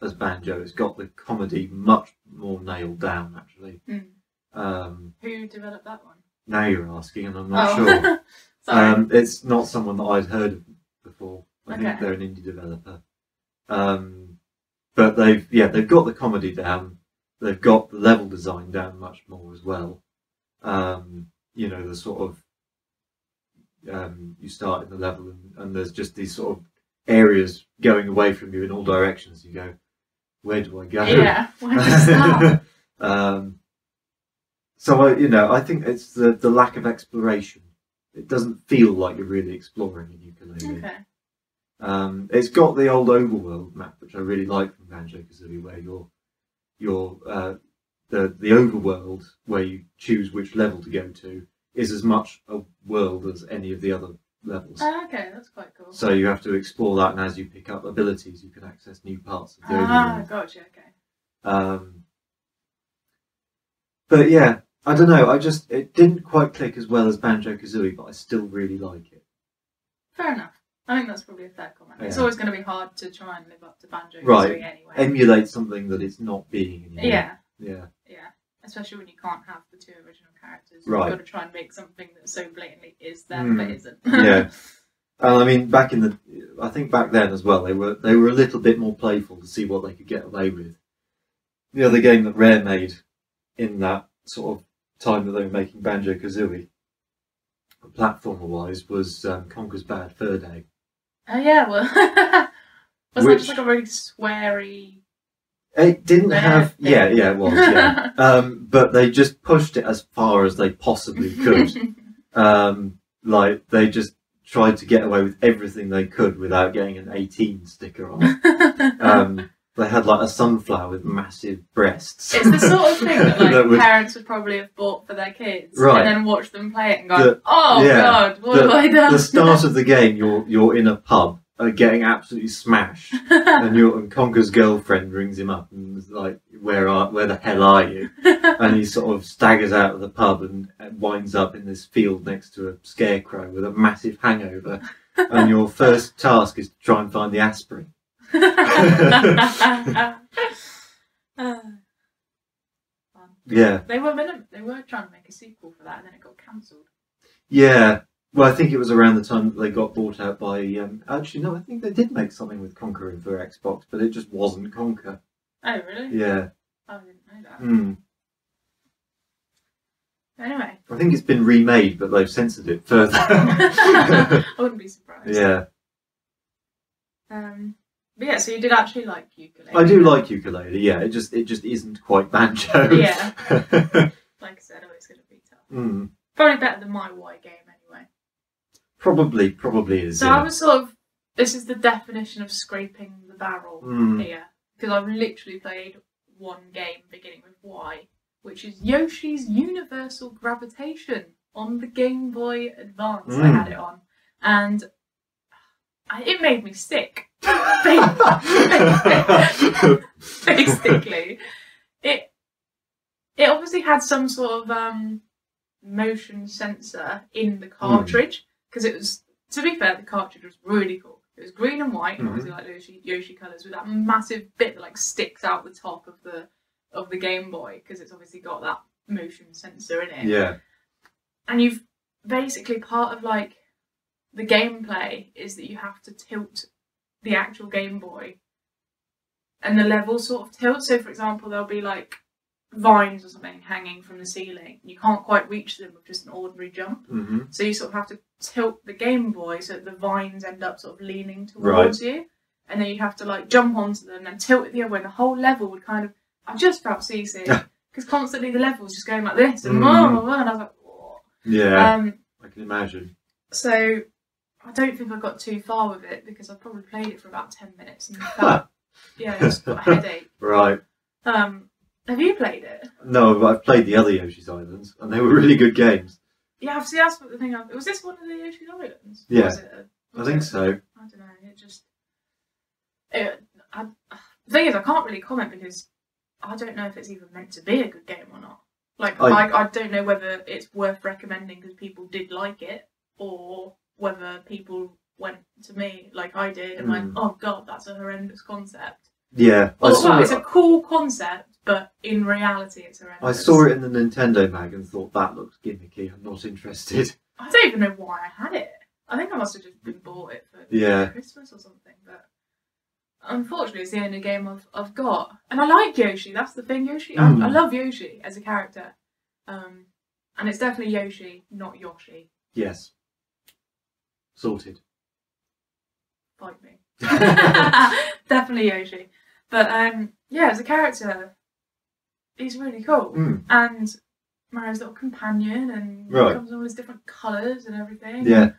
as Banjo. It's got the comedy much more nailed down, actually.
Hmm.
Um,
Who developed that one?
now you're asking, and I'm not
oh.
sure.
Sorry.
Um, it's not someone that I'd heard of before. I think
Okay.
they're an indie developer. Um, but they've yeah they've got the comedy down. They've got the level design down much more as well. Um, you know the sort of um, you start in the level and, and there's just these sort of areas going away from you in all directions. You go, where do I go?
yeah. Where to start?
um, so I, you know, I think it's the, the lack of exploration. It doesn't feel like you're really exploring in ukulele.
okay.
Um, it's got the old overworld map, which I really like from Banjo Kazooie, where you're, you're uh, the the overworld where you choose which level to go to is as much a world as any of the other levels.
Oh, okay. That's quite cool.
so you have to explore that, and as you pick up abilities, you can access new parts of the overworld.
Ah, gotcha. Okay.
Um, but yeah, I don't know. I just it didn't quite click as well as Banjo Kazooie, but I still really like it.
Fair enough. I think that's probably a fair comment. It's
Yeah.
always going to be hard to try and live up to Banjo
Right.
Kazooie anyway.
Emulate something that it's not being. Anymore.
yeah.
Yeah.
Yeah. Especially when you can't have the two original characters.
Right.
You've got to try and make something that so blatantly is them
Hmm.
but isn't.
Yeah. And I mean, back in the, I think back then as well, they were they were a little bit more playful to see what they could get away with. The other game that Rare made in that sort of time that they were making Banjo Kazooie, platformer wise, was um, Conker's Bad Fur Day.
Oh, yeah. Well, wasn't that
Which-
just like a really sweary.
It didn't
Rare
have,
thing.
yeah, yeah, it was, yeah. um, but they just pushed it as far as they possibly could. um, like they just tried to get away with everything they could without getting an 18 sticker on. it. Um, they had like a sunflower with massive breasts.
It's the sort of thing that like
That would-
parents would probably have bought for their kids,
Right.
and then watch them play it and go,
The-
"Oh
yeah,
God, what have I done?"
the start of the game, you're you're in a pub, uh, getting absolutely smashed, and your and Conker's girlfriend rings him up and is like, "Where are? Where the hell are you?" and he sort of staggers out of the pub and winds up in this field next to a scarecrow with a massive hangover. and your first task is to try and find the aspirin.
Uh,
Yeah,
they were meant they were trying to make a sequel for that, and then it got cancelled.
yeah. Well, I think it was around the time that they got bought out by. Um, actually, no, I think they did make something with Conquer for Xbox, but it just wasn't Conquer.
Oh really?
Yeah.
Oh, I didn't know that.
Mm.
Anyway,
I think it's been remade, but they've censored it further.
I wouldn't be surprised.
yeah,
Um, but yeah, so you did actually like ukulele.
I do like ukulele. Yeah, it just it just isn't quite banjo.
Yeah.
mm.
Like I said, always going to be tough.
Hmm,
Probably better than my Y game anyway.
Probably, probably is.
So
yeah.
I was sort of. This is the definition of scraping the barrel
Mm.
here because I've literally played one game beginning with Y, which is Yoshi's Universal Gravitation on the Game Boy Advance. I
Mm.
had it on, and I, it made me sick.
yeah,
basically. it it obviously had some sort of um, motion sensor in the cartridge because it was. To be fair, the cartridge was really cool. It was green and white, and
Mhm.
obviously like Yoshi, Yoshi colors, with that massive bit that like sticks out the top of the of the Game Boy because it's obviously got that motion sensor in it
Yeah.
and you've basically part of like the gameplay is that you have to tilt the actual Game Boy and the level sort of tilt. So, for example, there'll be like vines or something hanging from the ceiling. You can't quite reach them with just an ordinary jump.
hmm
So, you sort of have to tilt the Game Boy so that the vines end up sort of leaning
Right.
towards you. And then you have to like jump onto them and tilt it the other way. And the whole level would kind of, I just felt seasick because constantly the level was just going like this and,
Mm.
and I was like, "Whoa."
Yeah.
um,
I can imagine.
so I don't think I got too far with it because I probably played it for about ten minutes and felt yeah, just got a headache.
Right.
Um, have you played it?
No, but I've played the other Yoshi's Islands, and they were really good games.
Yeah, see, that's what the thing. I, was this one of the Yoshi's Islands? Or
Yeah.
was it a-
I
was
think
it-
so.
I don't know. It just. It, I, the thing is, I can't really comment because I don't know if it's even meant to be a good game or not. Like,
I-
I, I, don't know whether it's worth recommending because people did like it or whether people went to me like I did and
Mm.
went, oh god, that's a horrendous concept.
Yeah. I
Or,
saw
well,
it.
it's a cool concept, but in reality, it's horrendous.
I saw it in the Nintendo mag and thought that looks gimmicky. I'm not interested.
I don't even know why I had it. I think I must have just been bought it for
Yeah.
Christmas or something, but unfortunately, it's the only game I've, I've got. And I like Yoshi, that's the thing, Yoshi.
Mm.
I, I love Yoshi as a character. Um, and it's definitely Yoshi, not Yoshi.
Yes. Sorted. Hmm,
Fight me. definitely Yoshi. But um, yeah, as a character, he's really cool.
Mm.
And Mario's little companion, and he
Right.
comes in all his different colours and everything.
Yeah.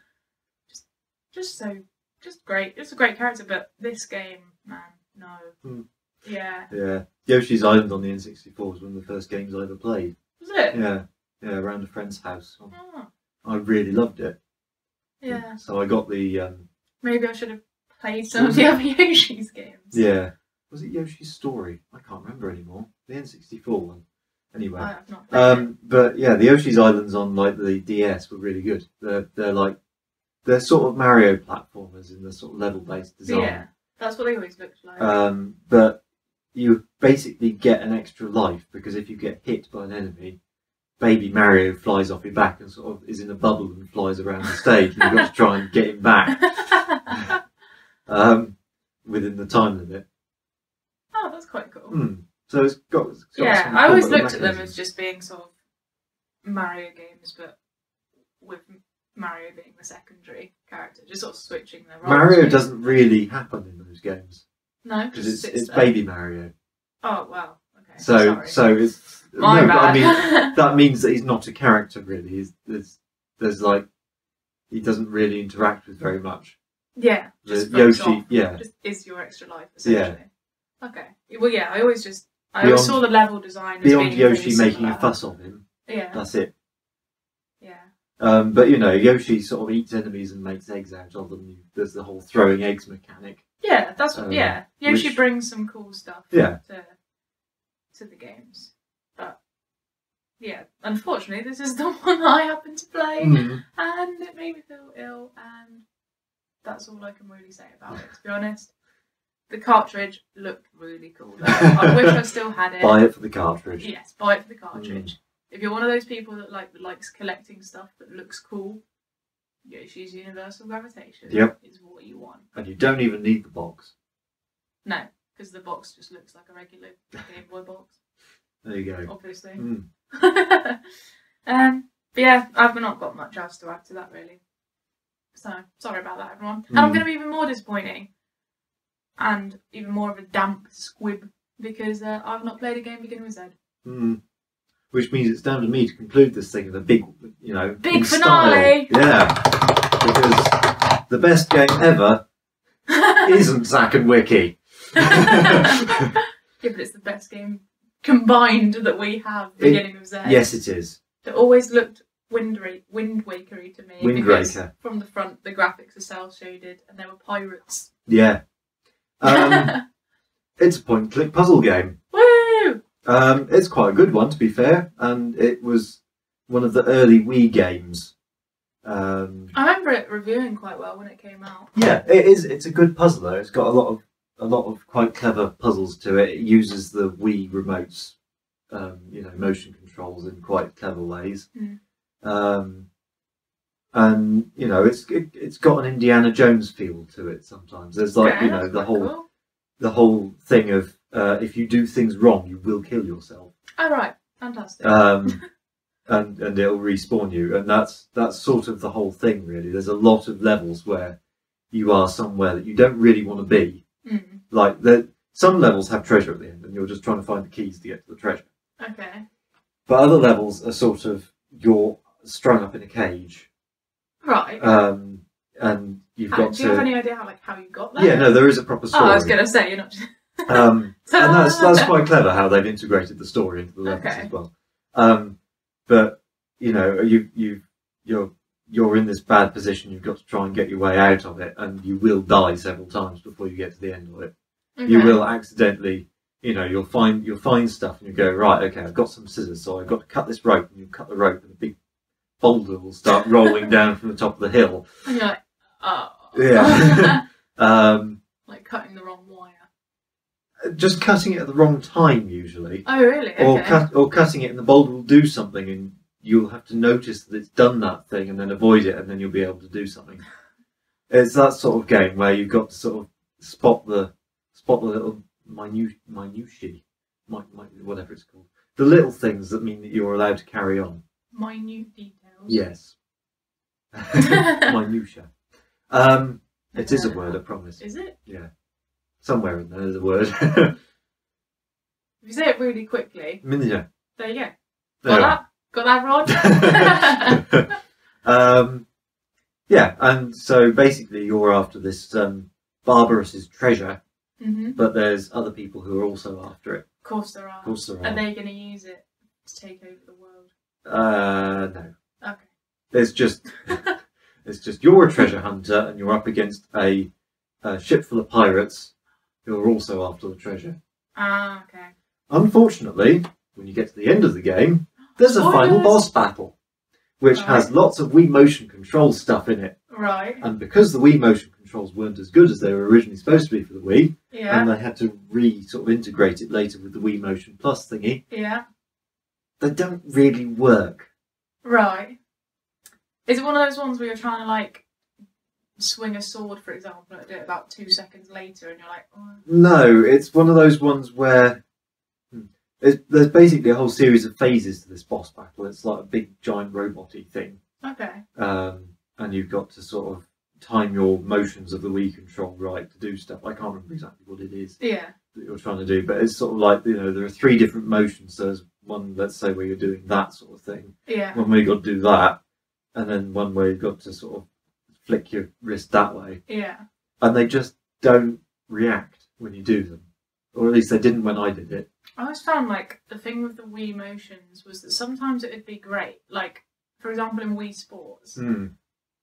Just so, just great. It's a great character, but this game, man, no.
Mm.
Yeah.
Yeah. Yoshi's Island on the N64 was one of the first games I ever played.
Was it?
Yeah. Yeah, around a friend's house.
Oh,
I really loved it.
yeah.
So I got the um
Maybe I should have played some of the other Yoshi's games.
yeah. Was it Yoshi's Story? I can't remember anymore. The N64 one. Anyway.
I have not played it.
Um, but yeah, the Yoshi's Islands on like the DS were really good. They're they're like they're sort of Mario platformers in the sort of level based
But
design.
Yeah, that's what they always looked like.
Um, but you basically get an extra life because if you get hit by an enemy, baby Mario flies off your back and sort of is in a bubble and flies around the stage. and You've got to try and get him back um, within the time limit.
oh, that's quite cool.
Hmm. So it's got, it's got
Yeah,
some
I always
combat
looked at them
mechanisms.
as just being sort of Mario games, but with Mario being the secondary character, just sort of switching their roles.
Mario
really.
doesn't really happen in those games
No,
because
just
it's
sits
it's
there.
baby Mario.
Oh wow. Okay.
So
Sorry.
so it's
my
no, but
bad.
I mean that means that he's not a character really. He's, there's there's like he doesn't really interact with very much.
yeah.
The
Just
Yoshi,
Yoshi. Off.
yeah,
Just is your extra life
Yeah.
essentially. Okay. Well, yeah. I always just I
Beyond-
always saw the level design as
beyond
being
Yoshi
really
making
similar.
a fuss of him,
Yeah.
that's it.
Yeah.
Um, but you know, Yoshi sort of eats enemies and makes eggs out of them. There's the whole throwing eggs mechanic.
Yeah, that's
Um,
yeah. Yoshi
which-
brings some cool stuff.
Yeah.
To, to the games, but yeah, unfortunately, this is the one that I happen to play,
Mm.
and it made me feel ill, and that's all I can really say about it. To be honest, the cartridge looked really cool. Though. I wish I still had it.
Buy it for the cartridge.
Yes, buy it for the
Mm.
cartridge. If you're one of those people that like that likes collecting stuff that looks cool, Yoshi's Universal Gravitation
Yep.
is what you want.
And you don't even need the box.
No, because the box just looks like a regular Game Boy box,
There you go.
obviously.
Mm.
um, but yeah, I've not got much else to add to that really. So sorry about that, everyone. And I'm
Mm.
going to be even more disappointing, and even more of a damp squib because uh, I've not played a game beginning with Z.
Mm. Which means it's down to me to conclude this thing with a big, you know,
Big
in style.
finale.
Yeah, because the best game ever isn't Zack and Wiki.
yeah, but it's the best game combined that we have beginning of Z.
Yes, it is.
It always looked Wind, ra- wind Wakery to me.
Wind
because
Waker.
From the front, the graphics are cell shaded and there were pirates.
Um, Yeah. Um, it's a point-click puzzle game.
Woo!
Um, it's quite a good one, to be fair, and it was one of the early Wii games. Um,
I remember it reviewing quite well when it came out.
yeah, it is. It's a good puzzle though. It's got a lot of a lot of quite clever puzzles to it. It uses the Wii remotes, um, you know, motion controls in quite clever ways.
Mm.
Um, and you know, it's it, it's got an Indiana Jones feel to it. Sometimes there's like
Yeah,
you know
that's
the
quite
whole
cool.
the whole thing of uh, if you do things wrong, you will kill yourself.
Oh right, fantastic.
um, and and it'll respawn you. And that's that's sort of the whole thing, really. There's a lot of levels where you are somewhere that you don't really want to be.
Mm,
Like there, some levels have treasure at the end, and you're just trying to find the keys to get to the treasure.
okay.
But other levels are sort of you're strung up in a cage,
Right.
um, and you've
How-
got
Uh, do you have
to.
any idea how like how you got there?
Yeah, no, there is a proper
Oh,
story.
I was gonna say you're not. Just...
um, and that's that's
Ta-da!
quite clever how they've integrated the story into the levels
Okay.
as well. Um, but you know, you you you're you're in this bad position. You've got to try and get your way out of it, and you will die several times before you get to the end of it. You
Okay.
will accidentally, you know, you'll find you'll find stuff, and you go right. Okay, I've got some scissors, so I've got to cut this rope, and you cut the rope, and a big boulder will start rolling down from the top of the hill.
And you're like, oh.
Yeah. Um,
like cutting the wrong wire.
just cutting it at the wrong time usually.
Oh really? Okay.
or cut or cutting it, and the boulder will do something, and you'll have to notice that it's done that thing, and then avoid it, and then you'll be able to do something. It's that sort of game where you've got to sort of spot the spot the little minute minutiae, mi- mi- whatever it's called, the little things that mean that you're allowed to carry on.
Minute details.
Yes, minutia. Um, it is a word, I promise.
Is it?
Somewhere in there is a word.
If you say it really quickly,
Minutia.
there you go.
There
Got
we are.
that? Got that, Rod?
um, yeah, and so basically, you're after this um, Barbarus's treasure,
hmm Of
but there's other people who are also after it.
course there are.
Of course, there
Are
are.
they going to use it to take over the world?
Uh, no,
Okay.
it's just it's just you're a treasure hunter, and you're up against a, a ship full of pirates who are also after the treasure.
Ah, okay.
Unfortunately, when you get to the end of the game, there's a final
Spoilers!
boss battle, which has lots of Wii motion control stuff in it.
Right.
And because the Wii motion controls weren't as good as they were originally supposed to be for the Wii,
Yeah.
and they had to re sort of integrate it later with the Wii Motion Plus thingy,
Yeah.
they don't really work.
Right. Is it one of those ones where you're trying to like swing a sword, for example, and do it about two seconds later, and you're like, oh,
No, it's one of those ones where hmm, it's, there's basically a whole series of phases to this boss battle. It's like a big giant roboty thing,
okay,
um, and you've got to sort of time your motions of the Wii control right to do stuff. I can't remember exactly what it is.
yeah,
that you're trying to do, but it's sort of like you know there are three different motions. So there's one, let's say, where you're doing that sort of thing,
yeah,
one where you've got to do that, and then one where you've got to sort of flick your wrist that way,
yeah.
and they just don't react when you do them, or at least they didn't when I did it.
I always found like the thing with the Wii motions was that sometimes it would be great, like for example in Wii Sports,
Hmm.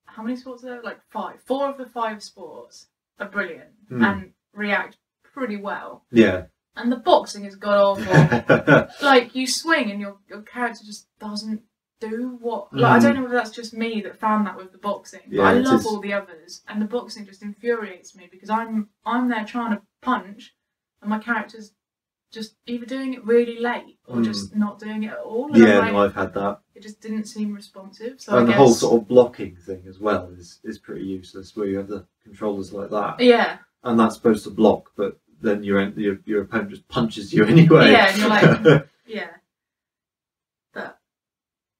how many sports are there? Like five. Four of the five sports are brilliant
Hmm.
and react pretty well.
Yeah,
And the boxing is god awful. like you swing and your your character just doesn't do what. Like I don't know if that's just me that found that with the boxing. But
Mm. Yeah,
I
it
love
is.
all the others, and the boxing just infuriates me because I'm I'm there trying to punch, and my character's just either doing it really late or
Mm.
just not doing it at all. And I'm
yeah,
like,
no, I've had that,
it just didn't seem responsive. So I
and the
guess,
whole sort of blocking thing as well is is pretty useless where you have the controllers like that,
yeah,
and that's supposed to block, but then your en- your your opponent just punches you anyway.
Yeah, and you're like, Yeah. But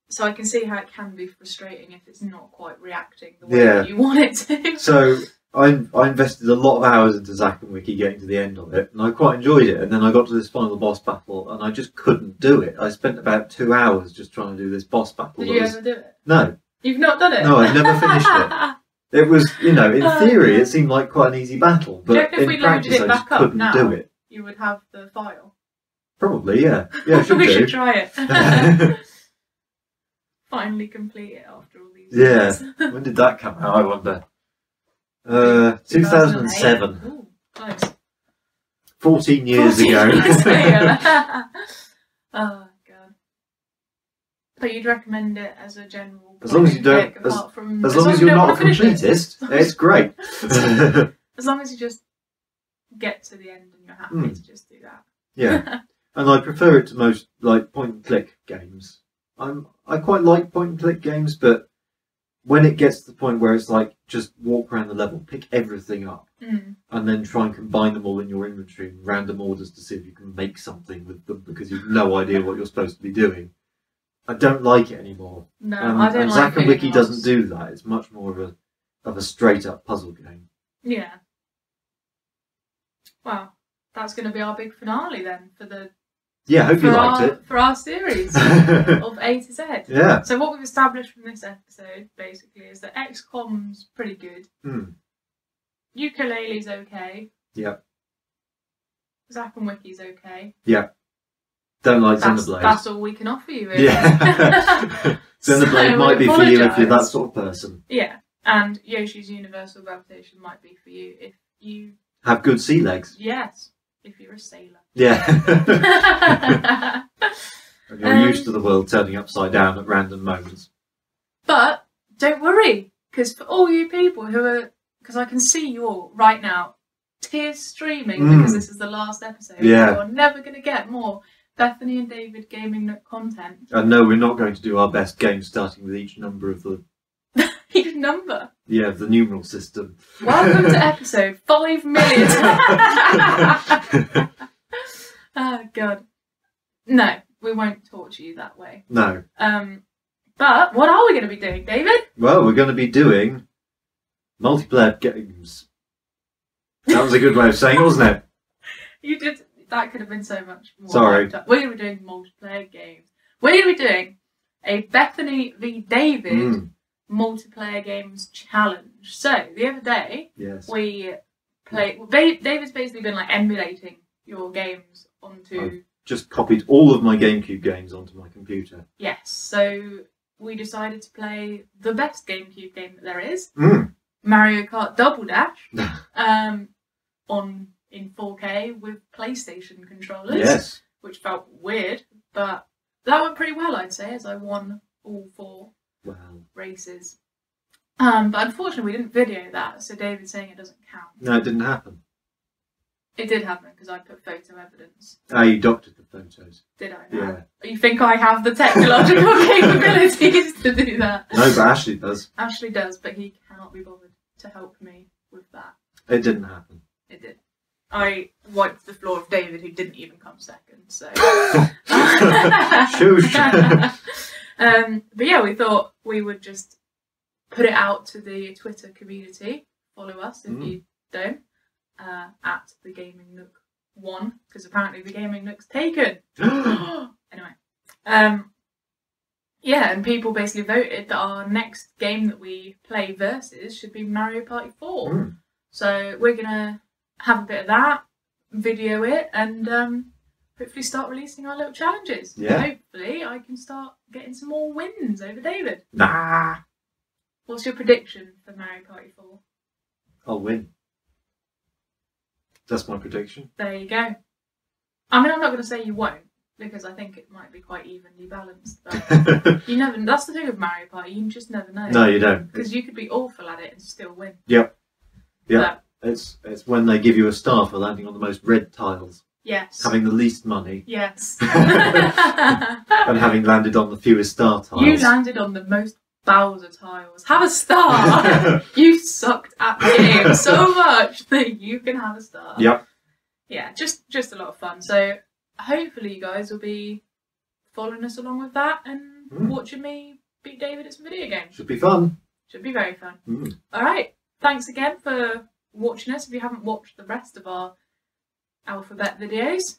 so I can see how it can be frustrating if it's not quite reacting the way
Yeah.
that you want it to.
So I, I invested a lot of hours into Zack and Wiki getting to the end of it, and I quite enjoyed it. And then I got to this final boss battle, and I just couldn't do it. I spent about two hours just trying to do this boss battle.
Did
that
you
was-
ever do it?
No,
You've not done it.
No, I've never finished it. it was you know in
Oh,
theory
yeah.
it seemed like quite an easy battle,
Do
but
you reckon if we
in
loaded
practice
it
I just
back up
couldn't
now?
do it.
you would have the file.
Probably yeah, yeah should
we
do.
should try it. Finally complete it after all these
Yeah.
years.
when did that come out? I wonder. Uh, 2007,
2008. Ooh, Oh, nice.
14 years
14
ago.
years later. Oh god. But you'd recommend it as a general.
As long as you
blanket
don't-
pick, apart from,
As long as you're
you don't
not a
wanna finish it.
completist, it's great.
As long as you just get to the end and you're happy
Hmm.
to just do that.
yeah, and I prefer it to most like point and click games. I'm I quite like point and click games, but when it gets to the point where it's like just walk around the level, pick everything up,
Mm.
and then try and combine them all in your inventory in random orders to see if you can make something with them because you've no idea what you're supposed to be doing. I don't like it anymore.
No,
Um,
I don't
and
like
Zack and
reading
Wiki
lots.
doesn't do that. It's much more of a of a straight up puzzle game.
Yeah. Well, that's going to be our big finale then for the
Yeah, hope
for
you
our,
liked
for our series
it.
of A to Z.
yeah,
So what we've established from this episode basically is that XCOM's pretty good.
Hmm.
Ukulele's okay.
Yep.
Zack and Wiki's okay.
don't like
That's,
Xenoblade.
that's all we can offer you. Really.
Yeah, Xenoblade
So
might be
we
for you if you're that
apologise.
sort of person.
yeah, and Yoshi's Universal Gravitation might be for you if you
Have good sea legs.
yes if you're a sailor.
Yeah, and
but
you're
Um,
used to the world turning upside down at random moments.
don't worry, because for all you people who are, because I can see you all right now, tears streaming
Mm.
because this is the last episode.
Yeah.
You're never going to get more Bethany and David gaming nook content.
And no, we're not going to do our best game starting with each number of the
Huge number.
yeah of the numeral system.
Welcome to episode 5 million. oh, God. No, we won't torture you that way.
no.
Um, but what are we going to be doing, David?
Well, we're going to be doing multiplayer games. That was a good way of saying it, wasn't it?
You did. That could have been so much more.
Sorry.
hyped up. We're going to be doing multiplayer games. We're going to be doing a Bethany v David
Mm,
multiplayer games challenge. So the other day
yes.
we played. Well, ba- David's basically been like emulating your games onto.
Oh. Just copied all of my GameCube games onto my computer.
Yes. So we decided to play the best GameCube game that there is,
Mm,
Mario Kart Double Dash, um, on in 4K with PlayStation controllers.
yes.
which felt weird, but that went pretty well, I'd say, as I won all four
Well,
races. Um, but unfortunately, we didn't video that, so David's saying it doesn't count.
no, it didn't happen.
It did happen because I put photo evidence.
Ah, you doctored the photos.
Did I? Now?
Yeah.
You think I have the technological capabilities to do that?
No, but Ashley does.
Ashley does, but he cannot be bothered to help me with that.
It didn't happen.
It did. I wiped the floor of David, who didn't even come second. So.
Shoosh.
um, but yeah, we thought we would just put it out to the Twitter community. Follow us if
Mm.
you don't uh, at the Gaming Nook One because apparently the Gaming Nook's taken. anyway, um, yeah, and people basically voted that our next game that we play versus should be Mario Party Four.
Mm.
So we're gonna have a bit of that, video it, and um, hopefully start releasing our little challenges.
Yeah.
Hopefully, I can start getting some more wins over David.
nah,
What's your prediction for Mario Party Four?
I'll win. That's my prediction.
There you go. I mean, I'm not gonna say you won't because I think it might be quite evenly balanced. But
no,
you never. That's the thing with Mario Party. You just never know.
you don't.
Because you could be awful at it and still win.
Yep. Yep.
But,
It's it's when they give you a star for landing on the most red tiles,
yes.
having the least money,
Yes.
and having landed on the fewest star tiles.
you landed on the most Bowser tiles. Have a star. you sucked at the game so much that you can have a star.
Yep.
Yeah. Just just a lot of fun. So hopefully you guys will be following us along with that and
Mm.
watching me beat David at some video games.
Should be fun.
Should be very fun.
Mm.
All right. Thanks again for watching us. If you haven't watched the rest of our alphabet videos,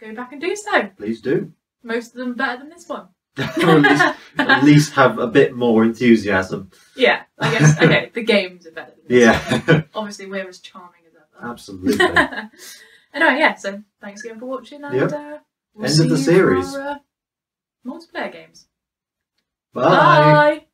go back and do so.
Please do.
Most of them better than this one.
Or at, least, at least have a bit more enthusiasm.
yeah, I guess. Okay, the games are better than this one.
Yeah,
Obviously, we're as charming as ever.
absolutely.
anyway, yeah, so thanks again for watching and
Yep.
uh, we'll
End
see
of the
you for
series.
our, uh, multiplayer games.
Bye.
Bye.